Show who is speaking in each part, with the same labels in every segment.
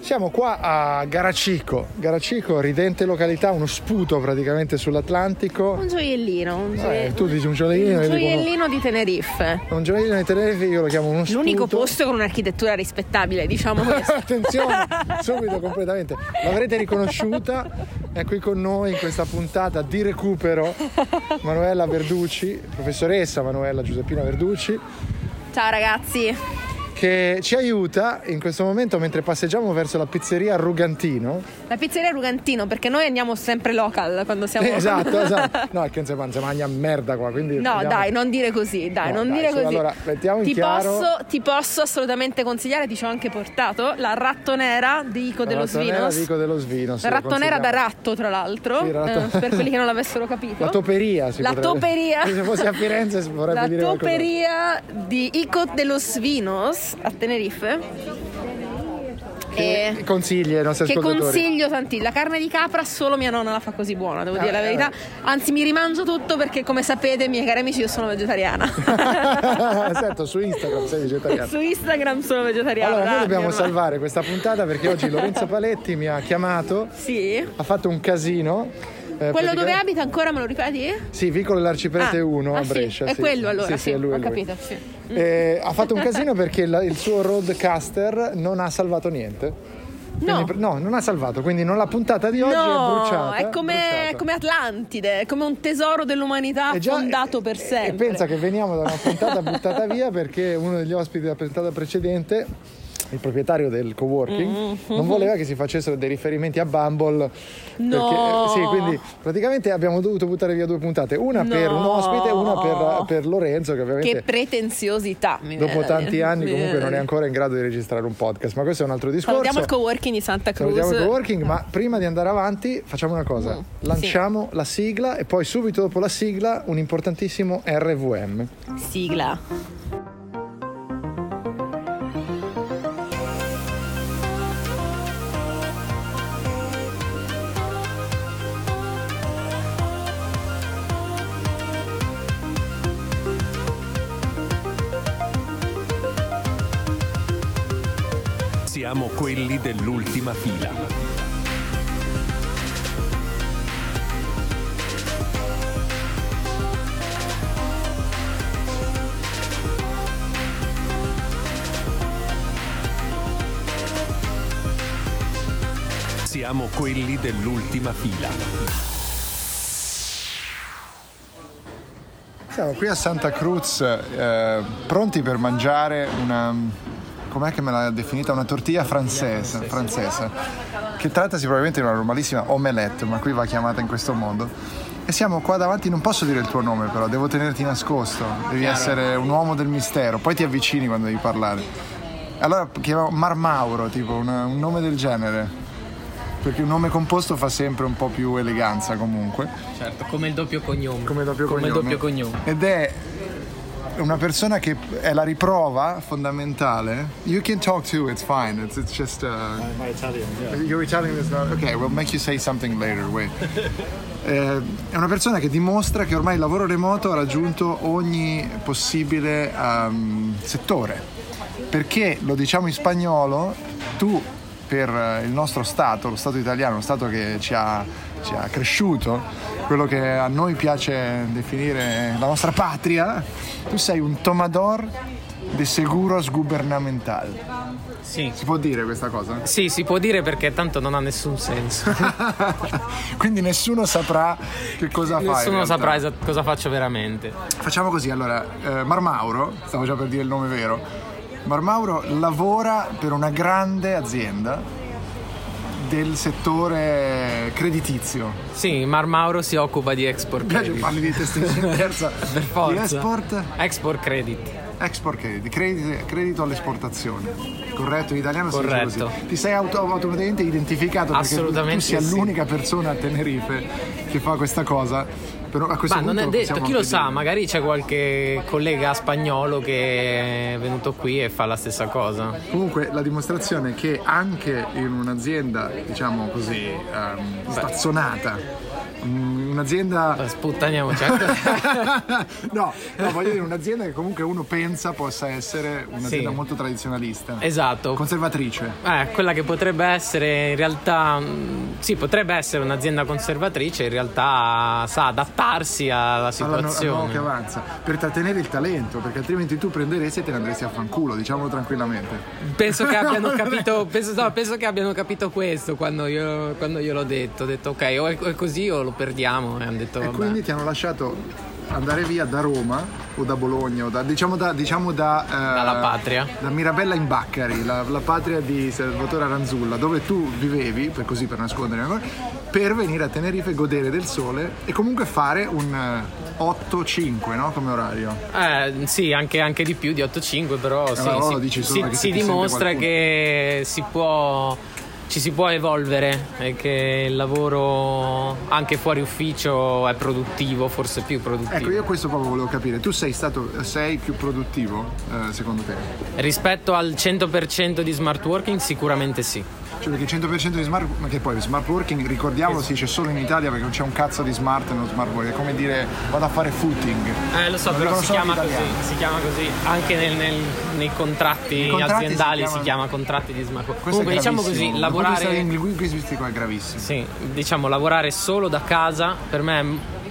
Speaker 1: Siamo qua a Garacico, Garacico, ridente località, uno sputo praticamente sull'Atlantico.
Speaker 2: Un gioiellino. Un gioie-
Speaker 1: Eh, tu dici un gioiellino, io
Speaker 2: Un
Speaker 1: dico uno-
Speaker 2: gioiellino di Tenerife.
Speaker 1: un gioiellino di Tenerife, io lo chiamo uno sputo.
Speaker 2: L'unico posto con un'architettura rispettabile, diciamo questo.
Speaker 1: Attenzione, subito completamente. L'avrete riconosciuta, è qui con noi in questa puntata di recupero Manuela Verducci, professoressa Manuela Giuseppina Verducci,
Speaker 2: Ciao ragazzi.
Speaker 1: che ci aiuta in questo momento mentre passeggiamo verso la pizzeria Arrugantino.
Speaker 2: La pizzeria Rugantino, perché noi andiamo sempre local quando siamo...
Speaker 1: Eh, Esatto, esatto. No, è che insomma si mangia merda qua, quindi...
Speaker 2: No,
Speaker 1: andiamo-
Speaker 2: dai, non dire così, dai,
Speaker 1: No,
Speaker 2: non
Speaker 1: dai,
Speaker 2: dire
Speaker 1: su,
Speaker 2: così.
Speaker 1: allora, mettiamo in
Speaker 2: ti,
Speaker 1: chiaro-
Speaker 2: posso, ti posso assolutamente consigliare, ti ci ho anche portato, la rattonera di Ico dello
Speaker 1: Rattonera
Speaker 2: Svinos.
Speaker 1: dico dello svino. sì,
Speaker 2: La
Speaker 1: lo
Speaker 2: rattonera da
Speaker 1: consigliamo.
Speaker 2: ratto, tra l'altro,
Speaker 1: Sì, ratto-
Speaker 2: eh, per quelli che non l'avessero capito.
Speaker 1: La toperia si
Speaker 2: La
Speaker 1: potrebbe-
Speaker 2: toperia.
Speaker 1: Se fosse a Firenze si vorrebbe
Speaker 2: La
Speaker 1: dire qualcosa.
Speaker 2: toperia di Ico de los Vinos a Tenerife.
Speaker 1: Che
Speaker 2: E-
Speaker 1: Eh, consigli ai nostri
Speaker 2: che
Speaker 1: ascoltatori.
Speaker 2: consiglio tantissimo. La carne di capra solo mia nonna la fa così buona, devo
Speaker 1: Ah,
Speaker 2: dire la
Speaker 1: eh,
Speaker 2: verità. Anzi, mi rimangio tutto perché, come sapete, miei cari amici, io sono vegetariana.
Speaker 1: Sento su Instagram sei vegetariano.
Speaker 2: Su Instagram sono vegetariana.
Speaker 1: Allora, noi
Speaker 2: rabbia
Speaker 1: dobbiamo
Speaker 2: ormai.
Speaker 1: salvare questa puntata perché oggi Lorenzo Paletti mi ha chiamato,
Speaker 2: Sì.
Speaker 1: ha fatto un casino. eh,
Speaker 2: Quello dove
Speaker 1: praticamente-
Speaker 2: abita ancora me lo ripeti?
Speaker 1: Sì, Vicolo dell'Arciprete
Speaker 2: Ah,
Speaker 1: 1
Speaker 2: ah,
Speaker 1: a
Speaker 2: sì,
Speaker 1: Brescia.
Speaker 2: È
Speaker 1: sì.
Speaker 2: quello allora,
Speaker 1: Sì, sì, è lui,
Speaker 2: ho
Speaker 1: è lui.
Speaker 2: capito, sì.
Speaker 1: Eh, ha fatto un casino perché la- il suo roadcaster non ha salvato niente. Quindi
Speaker 2: No.
Speaker 1: pr- non ha salvato, quindi non la puntata di oggi è
Speaker 2: No,
Speaker 1: bruciata.
Speaker 2: è come,
Speaker 1: bruciata.
Speaker 2: come Atlantide, è come un tesoro dell'umanità
Speaker 1: E già-
Speaker 2: fondato per
Speaker 1: e-
Speaker 2: sempre.
Speaker 1: E pensa che veniamo da una puntata buttata via perché uno degli ospiti della puntata precedente, il proprietario del coworking,
Speaker 2: Mm-hmm.
Speaker 1: non voleva che si facessero dei riferimenti a Bumble.
Speaker 2: No.
Speaker 1: Perché, eh, sì, quindi praticamente abbiamo dovuto buttare via due puntate, una per
Speaker 2: No.
Speaker 1: un ospite e una per, per Lorenzo che
Speaker 2: Che
Speaker 1: ovviamente...
Speaker 2: pretensiosità. Mi
Speaker 1: Dopo
Speaker 2: viene da
Speaker 1: tanti
Speaker 2: dire.
Speaker 1: anni
Speaker 2: Mi
Speaker 1: comunque
Speaker 2: viene da
Speaker 1: non è
Speaker 2: dire.
Speaker 1: ancora in grado di registrare un podcast, ma questo è un altro discorso.
Speaker 2: eh. Salutiamo il coworking di Santa Cruz.
Speaker 1: Salutiamo il coworking, ma prima di andare avanti facciamo una cosa,
Speaker 2: Mm,
Speaker 1: lanciamo la sigla e poi subito dopo la sigla un importantissimo RVM.
Speaker 2: Sigla.
Speaker 3: Siamo quelli dell'ultima fila. Siamo quelli dell'ultima fila.
Speaker 1: Siamo qui a Santa Cruz, eh, pronti per mangiare una. com'è che me l'ha definita? Una tortilla francese, francese, che trattasi probabilmente di una normalissima omelette, ma qui va chiamata in questo modo. E siamo qua davanti, non posso dire il tuo nome però, devo tenerti nascosto, devi essere un uomo del mistero, poi ti avvicini quando devi parlare. Allora chiamavo Marmauro, tipo un, un nome del genere, perché un nome composto fa sempre un po' più eleganza comunque.
Speaker 4: Certo, come il doppio cognome.
Speaker 1: Come doppio
Speaker 4: Come il
Speaker 1: cognome.
Speaker 4: doppio cognome.
Speaker 1: Ed è una persona che è la riprova fondamentale. You can talk too, it's fine. It's, it's just. Uh, my Italian, Your Italian is not. Okay, we'll make you say something later, wait. Eh, È una persona che dimostra che ormai il lavoro remoto ha raggiunto ogni possibile ehm, settore. Perché lo diciamo in spagnolo, tu per eh, il nostro Stato, lo Stato italiano, lo Stato che ci ha, ci ha cresciuto, quello che a noi piace definire la nostra patria, tu sei un tomador de seguros gubernamental.
Speaker 4: Sì.
Speaker 1: Si può dire questa cosa?
Speaker 4: Sì, si può dire perché tanto non ha nessun senso.
Speaker 1: Quindi nessuno saprà che cosa fai. in
Speaker 4: Nessuno
Speaker 1: realtà.
Speaker 4: saprà esat- cosa faccio veramente.
Speaker 1: Facciamo così, allora, eh, Marmauro, stavo già per dire il nome vero, Marmauro lavora per una grande azienda del settore creditizio.
Speaker 4: Sì, Mar Mauro si occupa di export
Speaker 1: Mi piace
Speaker 4: credit.
Speaker 1: parli di testimonianza
Speaker 4: Per forza.
Speaker 1: Di export,
Speaker 4: Export credit.
Speaker 1: export credit, credito, credito all'esportazione. Corretto, in italiano si dice
Speaker 4: Corretto.
Speaker 1: così. Ti sei auto- automaticamente identificato perché tu- tu
Speaker 4: Assolutamente
Speaker 1: sia
Speaker 4: sì.
Speaker 1: l'unica persona a Tenerife che fa questa cosa. Però a questo
Speaker 4: Ma non
Speaker 1: punto
Speaker 4: è detto,
Speaker 1: possiamo
Speaker 4: chi lo
Speaker 1: anche
Speaker 4: sa,
Speaker 1: dire-
Speaker 4: magari c'è qualche collega spagnolo che è venuto qui e fa la stessa cosa.
Speaker 1: Comunque la dimostrazione è che anche in un'azienda, diciamo così, ehm, stazzonata, mm, un'azienda
Speaker 4: Sputtaniamo, certo.
Speaker 1: no, no, voglio dire un'azienda che comunque uno pensa possa essere un'azienda molto tradizionalista,
Speaker 4: esatto.
Speaker 1: conservatrice.
Speaker 4: Eh, quella che potrebbe essere in realtà, mh, sì, potrebbe essere un'azienda conservatrice, in realtà sa adattarsi alla
Speaker 1: Alla nu- al nuovo che
Speaker 4: situazione.
Speaker 1: avanza per trattenere il talento perché altrimenti tu prenderesti e te ne andresti a fanculo diciamolo tranquillamente
Speaker 4: Penso che abbiano capito, penso, no, penso che abbiano capito questo quando io, quando io l'ho detto. Ho detto ok, o è, o è così o lo perdiamo. E hanno detto
Speaker 1: e
Speaker 4: vabbè.
Speaker 1: quindi ti hanno lasciato andare via da Roma o da Bologna o da, diciamo da, diciamo da eh,
Speaker 4: Dalla patria.
Speaker 1: da Mirabella in Baccari la, la patria di Salvatore Aranzulla dove tu vivevi per così per nascondere ancora, per venire a Tenerife godere del sole e comunque fare un eh, 8-5 no? come orario
Speaker 4: Eh, sì, anche, anche di più di 8-5, però sì,
Speaker 1: allora
Speaker 4: si,
Speaker 1: lo Eh, dici solo
Speaker 4: si-
Speaker 1: perché
Speaker 4: si
Speaker 1: ti sente
Speaker 4: dimostra
Speaker 1: qualcuno.
Speaker 4: che si può, ci si può evolvere e che il lavoro anche fuori ufficio è produttivo, forse più produttivo.
Speaker 1: ecco io questo proprio volevo capire tu sei stato sei più produttivo eh, secondo te?
Speaker 4: Rispetto al 100% di smart working, sicuramente sì.
Speaker 1: Cioè perché il 100% di smart, ma che poi smart working, ricordiamolo, si dice solo in Italia perché non c'è un cazzo di smart nello smart working, è come dire vado a fare footing.
Speaker 4: Eh, lo so,
Speaker 1: Non
Speaker 4: però
Speaker 1: dicono
Speaker 4: si
Speaker 1: solo
Speaker 4: chiama,
Speaker 1: gli
Speaker 4: così,
Speaker 1: italiani.
Speaker 4: si chiama così. Anche nel- nel- nei contratti,
Speaker 1: I contratti si
Speaker 4: aziendali si
Speaker 1: chiamano-
Speaker 4: chiama... contratti di smart working.
Speaker 1: Questo
Speaker 4: Comunque,
Speaker 1: è
Speaker 4: diciamo
Speaker 1: gravissimo.
Speaker 4: così,
Speaker 1: Dal punto di vista
Speaker 4: lavorare.
Speaker 1: linguistico è gravissimo.
Speaker 4: Sì, diciamo lavorare solo da casa per me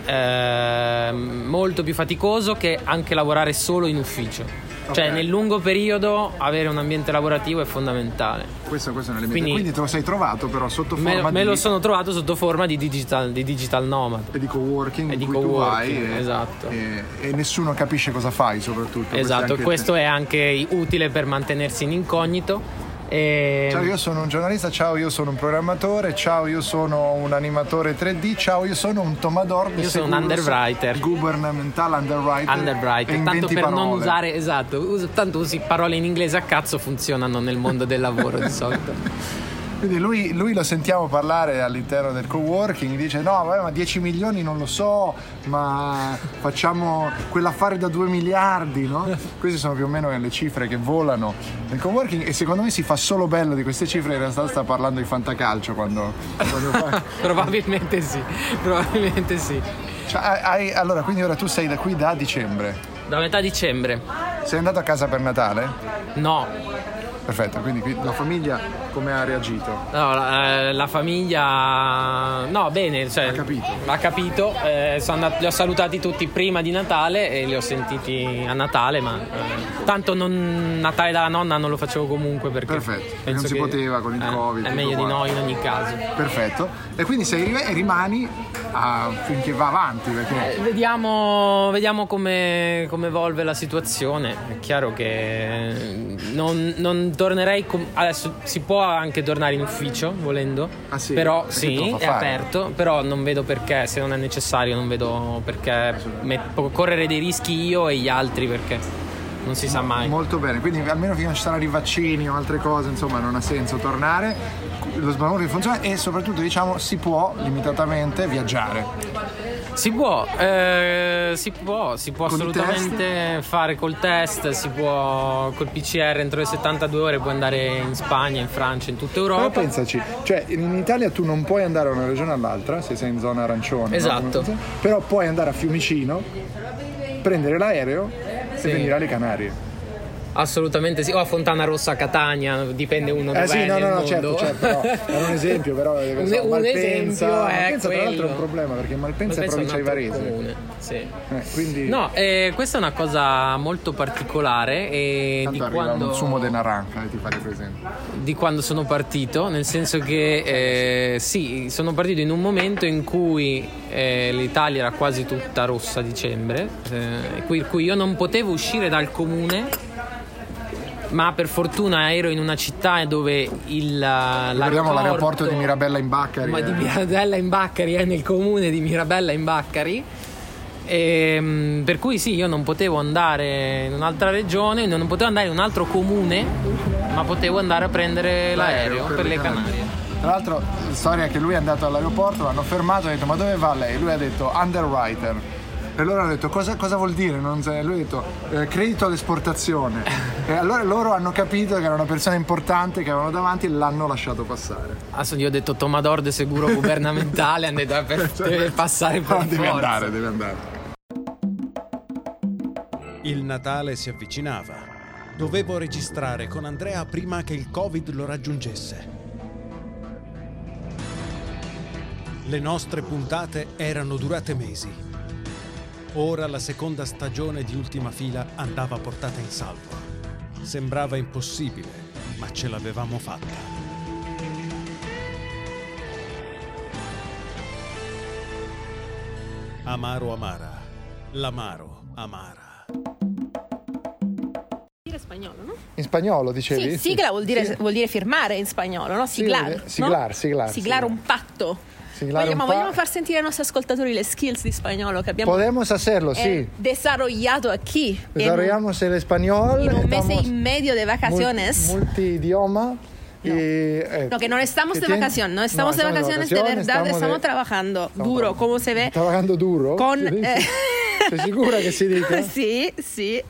Speaker 4: è mm, eh, molto più faticoso che anche lavorare solo in ufficio. Cioè
Speaker 1: Ok.
Speaker 4: nel lungo periodo avere un ambiente lavorativo è fondamentale.
Speaker 1: Questo, questo è un elemento.
Speaker 4: Quindi-
Speaker 1: Quindi, te lo sei trovato però sotto
Speaker 4: Me,
Speaker 1: forma
Speaker 4: me
Speaker 1: di
Speaker 4: lo sono trovato sotto forma di digital, di digital nomad.
Speaker 1: e di co-working
Speaker 4: E
Speaker 1: in
Speaker 4: di
Speaker 1: cui tu vai
Speaker 4: coworking,
Speaker 1: e,
Speaker 4: esatto.
Speaker 1: e- e nessuno capisce cosa fai soprattutto. Questo è
Speaker 4: Esatto,
Speaker 1: anche-
Speaker 4: e questo è anche utile per mantenersi in incognito. E...
Speaker 1: Ciao, Cioè, io sono un giornalista, ciao, io sono un programmatore, ciao, io sono un animatore 3D, ciao, io sono un tomador. de
Speaker 4: Io sono un
Speaker 1: seguros
Speaker 4: underwriter.
Speaker 1: Governmental underwriter. e
Speaker 4: Underwriter, tanto
Speaker 1: inventi
Speaker 4: per non
Speaker 1: parole.
Speaker 4: usare, esatto, us- tanto usi parole in inglese a cazzo funzionano nel mondo del lavoro di solito.
Speaker 1: Quindi lui, lui lo sentiamo parlare all'interno del coworking, dice no, vabbè, ma 10 milioni non lo so, ma facciamo quell'affare da 2 miliardi, no? Queste sono più o meno le cifre che volano nel coworking e secondo me si fa solo bello di queste cifre, in realtà sta parlando di fantacalcio quando, quando fa-
Speaker 4: probabilmente sì, probabilmente sì.
Speaker 1: Cioè, hai- hai- allora, quindi ora tu sei da qui da dicembre.
Speaker 4: Da metà dicembre?
Speaker 1: Sei andato a casa per Natale?
Speaker 4: No,
Speaker 1: Perfetto, quindi qui- la famiglia come ha reagito?
Speaker 4: No, la, eh, la famiglia... No, bene, cioè,
Speaker 1: Ha capito.
Speaker 4: Ha capito, eh, sono andat- li ho salutati tutti prima di Natale e li ho sentiti a Natale, ma eh, tanto non- Natale dalla nonna non lo facevo comunque perché...
Speaker 1: Perfetto, perché
Speaker 4: penso
Speaker 1: non si
Speaker 4: che-
Speaker 1: poteva con il
Speaker 4: eh,
Speaker 1: Covid,
Speaker 4: È
Speaker 1: tutto
Speaker 4: meglio di
Speaker 1: quanto.
Speaker 4: no in ogni caso.
Speaker 1: Perfetto. E quindi sei e rimani a- finché va avanti,
Speaker 4: Eh,
Speaker 1: perché
Speaker 4: Vediamo, vediamo come, come evolve la situazione. È chiaro che eh, non, non tornerei. com- adesso si può anche tornare in ufficio volendo.
Speaker 1: Ah, sì?
Speaker 4: Però
Speaker 1: E che te
Speaker 4: sì,
Speaker 1: lo fa
Speaker 4: è
Speaker 1: fare?
Speaker 4: aperto. Però non vedo perché, se non è necessario, non vedo perché met- po- correre dei rischi io e gli altri perché non si sa mai.
Speaker 1: molto bene. Quindi almeno finché non ci saranno i vaccini o altre cose, insomma, non ha senso tornare. Lo sbalone funziona e soprattutto diciamo si può limitatamente viaggiare.
Speaker 4: Si può, eh, si può, si può
Speaker 1: Con i
Speaker 4: assolutamente fare col test, si può col PCR entro le 72 ore, puoi andare in Spagna, in Francia, in tutta
Speaker 1: Però
Speaker 4: Europa.
Speaker 1: pensaci, cioè in Italia tu non puoi andare da una regione all'altra se sei in zona arancione. no?
Speaker 4: Esatto.
Speaker 1: Come- Però puoi andare a Fiumicino, prendere l'aereo
Speaker 4: Sì.
Speaker 1: e venire alle Canarie.
Speaker 4: Assolutamente sì, o a Fontana Rossa a Catania, dipende uno dove
Speaker 1: Eh sì, no,
Speaker 4: nel
Speaker 1: no, no,
Speaker 4: mondo.
Speaker 1: certo, certo, no. era un esempio, però eh,
Speaker 4: Un-
Speaker 1: so,
Speaker 4: un
Speaker 1: Malpensa,
Speaker 4: esempio è
Speaker 1: Malpensa tra l'altro è un
Speaker 4: quello.
Speaker 1: problema perché Malpensa, è
Speaker 4: Penso a un
Speaker 1: provincia di
Speaker 4: altro
Speaker 1: Varese.
Speaker 4: comune, sì.
Speaker 1: Eh, quindi
Speaker 4: No, eh, questa è una cosa molto particolare e
Speaker 1: tanto
Speaker 4: di
Speaker 1: arriva
Speaker 4: quando...
Speaker 1: un sumo de naranca, eh, ti fate presente.
Speaker 4: di quando sono partito, nel senso che eh, sì, sono partito in un momento in cui eh, l'Italia era quasi tutta rossa a dicembre, eh, per cui io non potevo uscire dal comune, ma per fortuna ero in una città dove il...
Speaker 1: Ricordiamo
Speaker 4: L'aeroporto,
Speaker 1: l'aeroporto di Mirabella in Baccari.
Speaker 4: Ma
Speaker 1: eh.
Speaker 4: di Mirabella in Baccari, è nel comune di Mirabella in Baccari. Ehm, per cui sì, io non potevo andare in un'altra regione, non potevo andare in un altro comune, ma potevo andare a prendere l'aereo, per le Canarie.
Speaker 1: Tra l'altro, la storia è che lui è andato all'aeroporto, l'hanno fermato e ha detto ma dove va lei? Lui ha detto underwriter. E loro hanno detto cosa, cosa vuol dire? Non sa- lui ha detto eh, credito all'esportazione. e allora loro hanno capito che era una persona importante che avevano davanti e l'hanno lasciato passare.
Speaker 4: Adesso io ho detto Tomador de seguro gubernamentale, hanno detto "Ah, per, deve passare per
Speaker 1: Cioè, No, deve
Speaker 4: forza".
Speaker 1: andare, deve andare.
Speaker 5: Il Natale si avvicinava. Dovevo registrare con Andrea prima che il Covid lo raggiungesse. Le nostre puntate erano durate mesi. Ora la seconda stagione di Ultima Fila andava portata in salvo. Sembrava impossibile, ma ce l'avevamo fatta. Amaro Amara. L'amaro Amara.
Speaker 2: Dire spagnolo, no?
Speaker 1: In spagnolo dicevi?
Speaker 2: Sì, sigla vuol dire, vuol dire firmare in spagnolo, no? Siglar.
Speaker 1: vuol dire-
Speaker 2: no?
Speaker 1: siglar, siglar,
Speaker 2: Siglare
Speaker 1: siglar.
Speaker 2: un patto.
Speaker 1: Siglare
Speaker 2: vogliamo,
Speaker 1: un pa-
Speaker 2: vogliamo far sentire ai nostri ascoltatori le skills di spagnolo che abbiamo
Speaker 1: Podemos hacerlo,
Speaker 2: eh,
Speaker 1: sì.
Speaker 2: desarrollato aquí. en un-
Speaker 1: Desarrollamos el español.
Speaker 2: en un mes
Speaker 1: estamos
Speaker 2: y medio de vacaciones.
Speaker 1: mul- multidioma. y, eh,
Speaker 2: No, que no estamos
Speaker 1: que
Speaker 2: de
Speaker 1: tiene-
Speaker 2: vacaciones, no estamos
Speaker 1: No,
Speaker 2: de vacaciones, de verdad estamos,
Speaker 1: de-
Speaker 2: trabajando
Speaker 1: estamos
Speaker 2: duro,
Speaker 1: trabajando.
Speaker 2: como se ve.
Speaker 1: Trabajando duro.
Speaker 2: Con,
Speaker 1: ¿Se dice?
Speaker 2: eh,
Speaker 1: ¿Estás segura que se dice?
Speaker 2: sí, sí,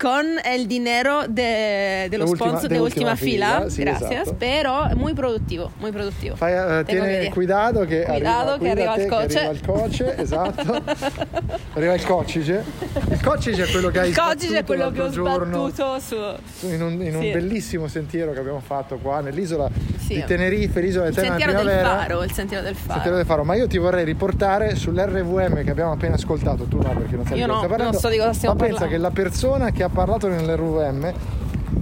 Speaker 2: con el dinero de, de los
Speaker 1: De última-
Speaker 2: sponsors de,
Speaker 1: de
Speaker 2: última,
Speaker 1: última
Speaker 2: fila,
Speaker 1: fila, sí,
Speaker 2: gracias,
Speaker 1: exacto.
Speaker 2: pero muy productivo, muy productivo.
Speaker 1: Fai- eh,
Speaker 2: Tengo
Speaker 1: tiene
Speaker 2: que decir.
Speaker 1: cuidado che
Speaker 2: Cuidado
Speaker 1: arriva,
Speaker 2: che arriva
Speaker 1: cuidate
Speaker 2: il
Speaker 1: che
Speaker 2: coce.
Speaker 1: arriva il coce, esatto. arriva il cocice. Il cocice è quello che hai
Speaker 2: Il codice è
Speaker 1: sbattuto
Speaker 2: quello che ho
Speaker 1: l'altro giorno
Speaker 2: sbattuto su...
Speaker 1: in un, in un
Speaker 2: Sì.
Speaker 1: bellissimo sentiero che abbiamo fatto qua nell'isola
Speaker 2: Sì.
Speaker 1: di Tenerife, l'isola
Speaker 2: Il
Speaker 1: eterna
Speaker 2: sentiero del
Speaker 1: primavera.
Speaker 2: faro, il sentiero del faro.
Speaker 1: Sentiero del Faro, ma io ti vorrei riportare sull'RVM che abbiamo appena ascoltato, tu no perché non sai
Speaker 2: Io
Speaker 1: di cosa
Speaker 2: no,
Speaker 1: stai parlando.
Speaker 2: non so di cosa stiamo
Speaker 1: ma pensa
Speaker 2: parlando.
Speaker 1: che la persona che ha parlato nell'RVM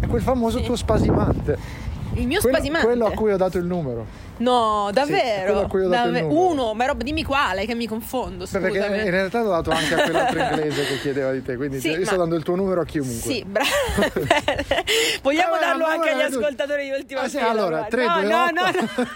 Speaker 1: è quel famoso tuo spasimante.
Speaker 2: Il mio
Speaker 1: Quello-
Speaker 2: spasimante.
Speaker 1: Quello a cui ho dato il numero.
Speaker 2: No, davvero?
Speaker 1: quello a cui ho dato il
Speaker 2: Davve-
Speaker 1: numero.
Speaker 2: Uno, ma rob- dimmi quale, che mi confondo,
Speaker 1: Beh,
Speaker 2: scusami.
Speaker 1: Perché in realtà l'ho dato anche a quell'altro inglese che chiedeva di te, quindi
Speaker 2: Sì,
Speaker 1: io
Speaker 2: ma-
Speaker 1: sto dando il tuo numero a chiunque.
Speaker 2: Sì, bravo. Vogliamo
Speaker 1: Ah,
Speaker 2: darlo
Speaker 1: ma-
Speaker 2: anche agli
Speaker 1: ma-
Speaker 2: ascoltatori di Ultima
Speaker 1: Ah, sì,
Speaker 2: Fila,
Speaker 1: allora,
Speaker 2: guarda.
Speaker 1: tre,
Speaker 2: no,
Speaker 1: due,
Speaker 2: no,
Speaker 1: otto.
Speaker 2: no, no.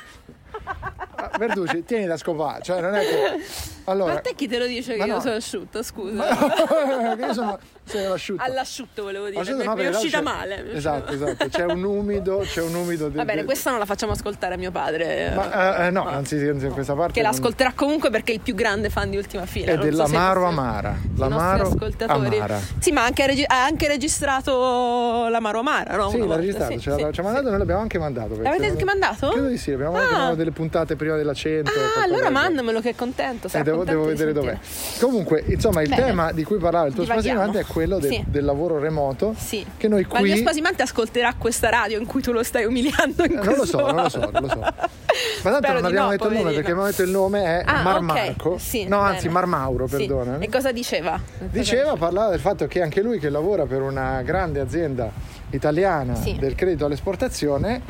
Speaker 1: Ah, Verducci, tieni da scopare, cioè non è che...
Speaker 2: Ma
Speaker 1: Allora,
Speaker 2: a te chi te lo dice che
Speaker 1: Ma
Speaker 2: io
Speaker 1: no.
Speaker 2: sono asciutto, scusa.
Speaker 1: che io sono... sei l'asciutto.
Speaker 2: All'asciutto volevo dire,
Speaker 1: L'asciutto
Speaker 2: mi,
Speaker 1: no,
Speaker 2: mi è
Speaker 1: perché là
Speaker 2: uscita
Speaker 1: c'è-
Speaker 2: male. mi è uscita
Speaker 1: Esatto,
Speaker 2: male.
Speaker 1: esatto, c'è un umido, c'è un umido... Di...
Speaker 2: Va bene, questa non la facciamo ascoltare a mio padre. eh,
Speaker 1: Ma, eh, eh, no, anzi, anzi, questa parte...
Speaker 2: che
Speaker 1: non-
Speaker 2: l'ascolterà comunque perché è il più grande fan di Ultima Fila.
Speaker 1: È
Speaker 2: non so se
Speaker 1: dell'amaro
Speaker 2: fosse-
Speaker 1: amara.
Speaker 2: i nostri
Speaker 1: L'amaro
Speaker 2: ascoltatori.
Speaker 1: amara.
Speaker 2: Sì, ma ha anche regi- ha anche registrato l'amaro amara, no?
Speaker 1: Sì,
Speaker 2: Ah, Una
Speaker 1: l'ha
Speaker 2: volta,
Speaker 1: registrato,
Speaker 2: sì,
Speaker 1: ce l'ha-
Speaker 2: sì,
Speaker 1: ci ha mandato, noi l'abbiamo anche mandato. perché
Speaker 2: L'avete anche
Speaker 1: avevamo-
Speaker 2: mandato?
Speaker 1: Credo di sì, abbiamo
Speaker 2: Ah.
Speaker 1: anche mandato delle puntate prima della 100.
Speaker 2: Ah,
Speaker 1: qualcosa
Speaker 2: allora
Speaker 1: del genere.
Speaker 2: mandamelo che è contento.
Speaker 1: Eh,
Speaker 2: sarà
Speaker 1: devo,
Speaker 2: contento
Speaker 1: devo
Speaker 2: di
Speaker 1: vedere dov'è.
Speaker 2: sentire.
Speaker 1: Comunque, insomma, il
Speaker 2: Bene.
Speaker 1: tema di cui parlava il tuo
Speaker 2: Divaghiamo.
Speaker 1: spasimante è quello del-
Speaker 2: Sì.
Speaker 1: del lavoro remoto.
Speaker 2: Sì.
Speaker 1: Che noi
Speaker 2: Ma il mio
Speaker 1: qui-
Speaker 2: spasimante ascolterà questa radio in cui tu lo stai umiliando in
Speaker 1: Eh, Non lo so,
Speaker 2: questo
Speaker 1: non lo so,
Speaker 2: modo.
Speaker 1: non lo so. Ma tanto
Speaker 2: Spero
Speaker 1: non
Speaker 2: di
Speaker 1: abbiamo
Speaker 2: no,
Speaker 1: detto il nome
Speaker 2: poverino.
Speaker 1: perché abbiamo detto il nome è
Speaker 2: Ah, ok,
Speaker 1: Marmarco.
Speaker 2: sì,
Speaker 1: no,
Speaker 2: bene.
Speaker 1: anzi, Marmauro,
Speaker 2: Sì.
Speaker 1: perdona.
Speaker 2: E cosa diceva? Cosa
Speaker 1: Diceva, parlava del fatto che anche lui che lavora per una grande azienda italiana
Speaker 2: Sì. Mhm.
Speaker 1: del credito all'esportazione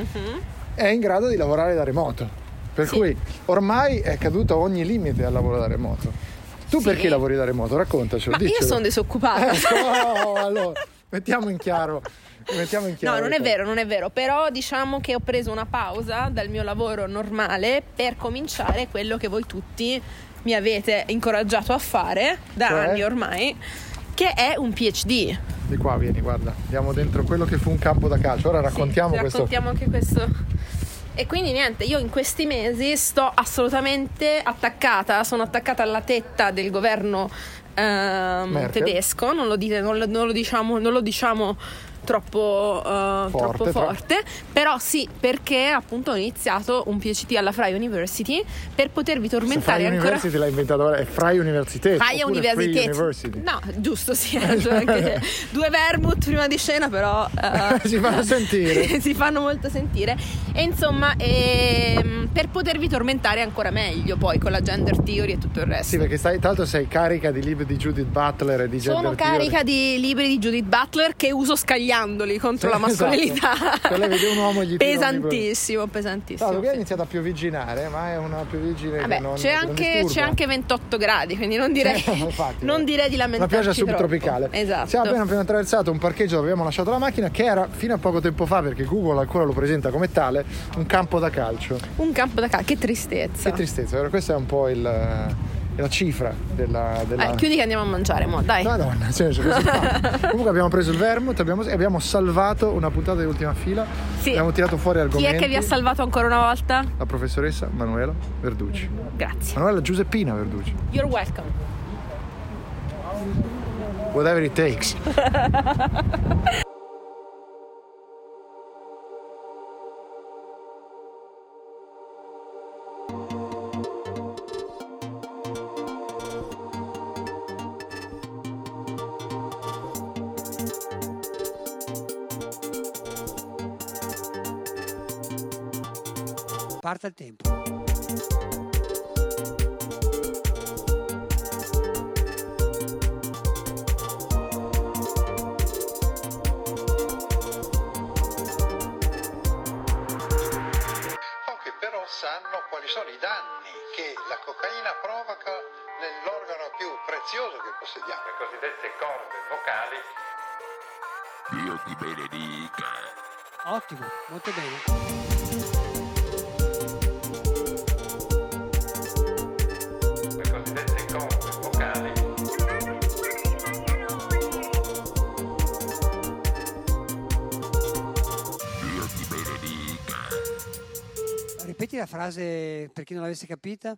Speaker 1: è in grado di lavorare da remoto. Per
Speaker 2: Sì.
Speaker 1: cui ormai è caduto ogni limite al lavoro da remoto. Tu
Speaker 2: Sì.
Speaker 1: perché lavori da remoto? Raccontacelo.
Speaker 2: Ma io
Speaker 1: diccelo.
Speaker 2: sono disoccupata.
Speaker 1: Ecco, allora, mettiamo in chiaro. Mettiamo in chiaro
Speaker 2: No, non
Speaker 1: le
Speaker 2: è
Speaker 1: cose.
Speaker 2: vero, non è vero, però diciamo che ho preso una pausa dal mio lavoro normale per cominciare quello che voi tutti mi avete incoraggiato a fare da
Speaker 1: Cioè?
Speaker 2: anni ormai, che è un PhD.
Speaker 1: Di qua vieni, guarda, andiamo dentro quello che fu un campo da calcio. Ora raccontiamo
Speaker 2: Sì,
Speaker 1: questo.
Speaker 2: Raccontiamo anche questo. E quindi niente, io in questi mesi sto assolutamente attaccata, sono attaccata alla tetta del governo ehm,
Speaker 1: Merkel.
Speaker 2: tedesco, non lo, dite- non lo- non lo diciamo, non lo diciamo troppo,
Speaker 1: Forte,
Speaker 2: eh, troppo
Speaker 1: tro-
Speaker 2: forte, però sì, perché appunto ho iniziato un PhD alla Free University per potervi
Speaker 1: Se Frye
Speaker 2: tormentare ancora...
Speaker 1: University l'ha inventato ora, è Frye Universität.
Speaker 2: Faia
Speaker 1: oppure Free University.
Speaker 2: No, giusto, sì. hai ragione, anche se due vermouth prima di scena, però. eh,
Speaker 1: Si fanno sentire.
Speaker 2: si fanno molto sentire. E insomma, ehm, per potervi tormentare ancora meglio poi con la gender theory e tutto il resto.
Speaker 1: Sì, perché stai, tra l'altro sei carica di libri di Judith Butler e di
Speaker 2: Sono
Speaker 1: gender theory.
Speaker 2: carica di libri di Judith Butler che uso scagliandoli contro
Speaker 1: Sì,
Speaker 2: la mascolinità.
Speaker 1: esatto. Se lei vede un uomo, gli tira un libro.
Speaker 2: pesantissimo,
Speaker 1: No,
Speaker 2: pesantissimo.
Speaker 1: lui ha
Speaker 2: sì.
Speaker 1: iniziato a piovigginare, ma è una piovigine che
Speaker 2: Vabbè,
Speaker 1: non
Speaker 2: c'è,
Speaker 1: che non
Speaker 2: anche,
Speaker 1: disturba.
Speaker 2: c'è anche 28 gradi, quindi non direi,
Speaker 1: Sì, infatti,
Speaker 2: non
Speaker 1: eh.
Speaker 2: direi di
Speaker 1: una
Speaker 2: lamentarci
Speaker 1: pioggia
Speaker 2: troppo.
Speaker 1: subtropicale.
Speaker 2: Esatto.
Speaker 1: Siamo appena, appena attraversato un parcheggio dove abbiamo lasciato la macchina che era fino a poco tempo fa, perché Google ancora lo presenta come tale, un campo da calcio.
Speaker 2: Un campo da calcio, che tristezza.
Speaker 1: Che tristezza, vero? questa è un po' il, eh, la cifra della... della...
Speaker 2: Eh, chiudi che andiamo a mangiare, mo, dai.
Speaker 1: Madonna, cioè, cioè, cosa si fa? comunque abbiamo preso il vermouth abbiamo, e abbiamo salvato una puntata di ultima fila.
Speaker 2: Sì.
Speaker 1: Abbiamo tirato fuori
Speaker 2: Chi
Speaker 1: argomenti.
Speaker 2: è che vi ha salvato ancora una volta?
Speaker 1: La professoressa Manuela Verducci. Ah.
Speaker 2: Grazie.
Speaker 1: Manuela Giuseppina Verducci.
Speaker 2: You're welcome.
Speaker 1: Whatever it takes.
Speaker 6: Parta il tempo.
Speaker 7: Pochi però sanno quali sono i danni che la cocaina provoca nell'organo più prezioso che possediamo. Le cosiddette corde vocali.
Speaker 8: Dio ti benedica.
Speaker 6: Ottimo, molto bene.
Speaker 7: Le cosiddette corde vocali.
Speaker 8: Dio ti benedica.
Speaker 6: Ripeti la frase per chi non l'avesse capita.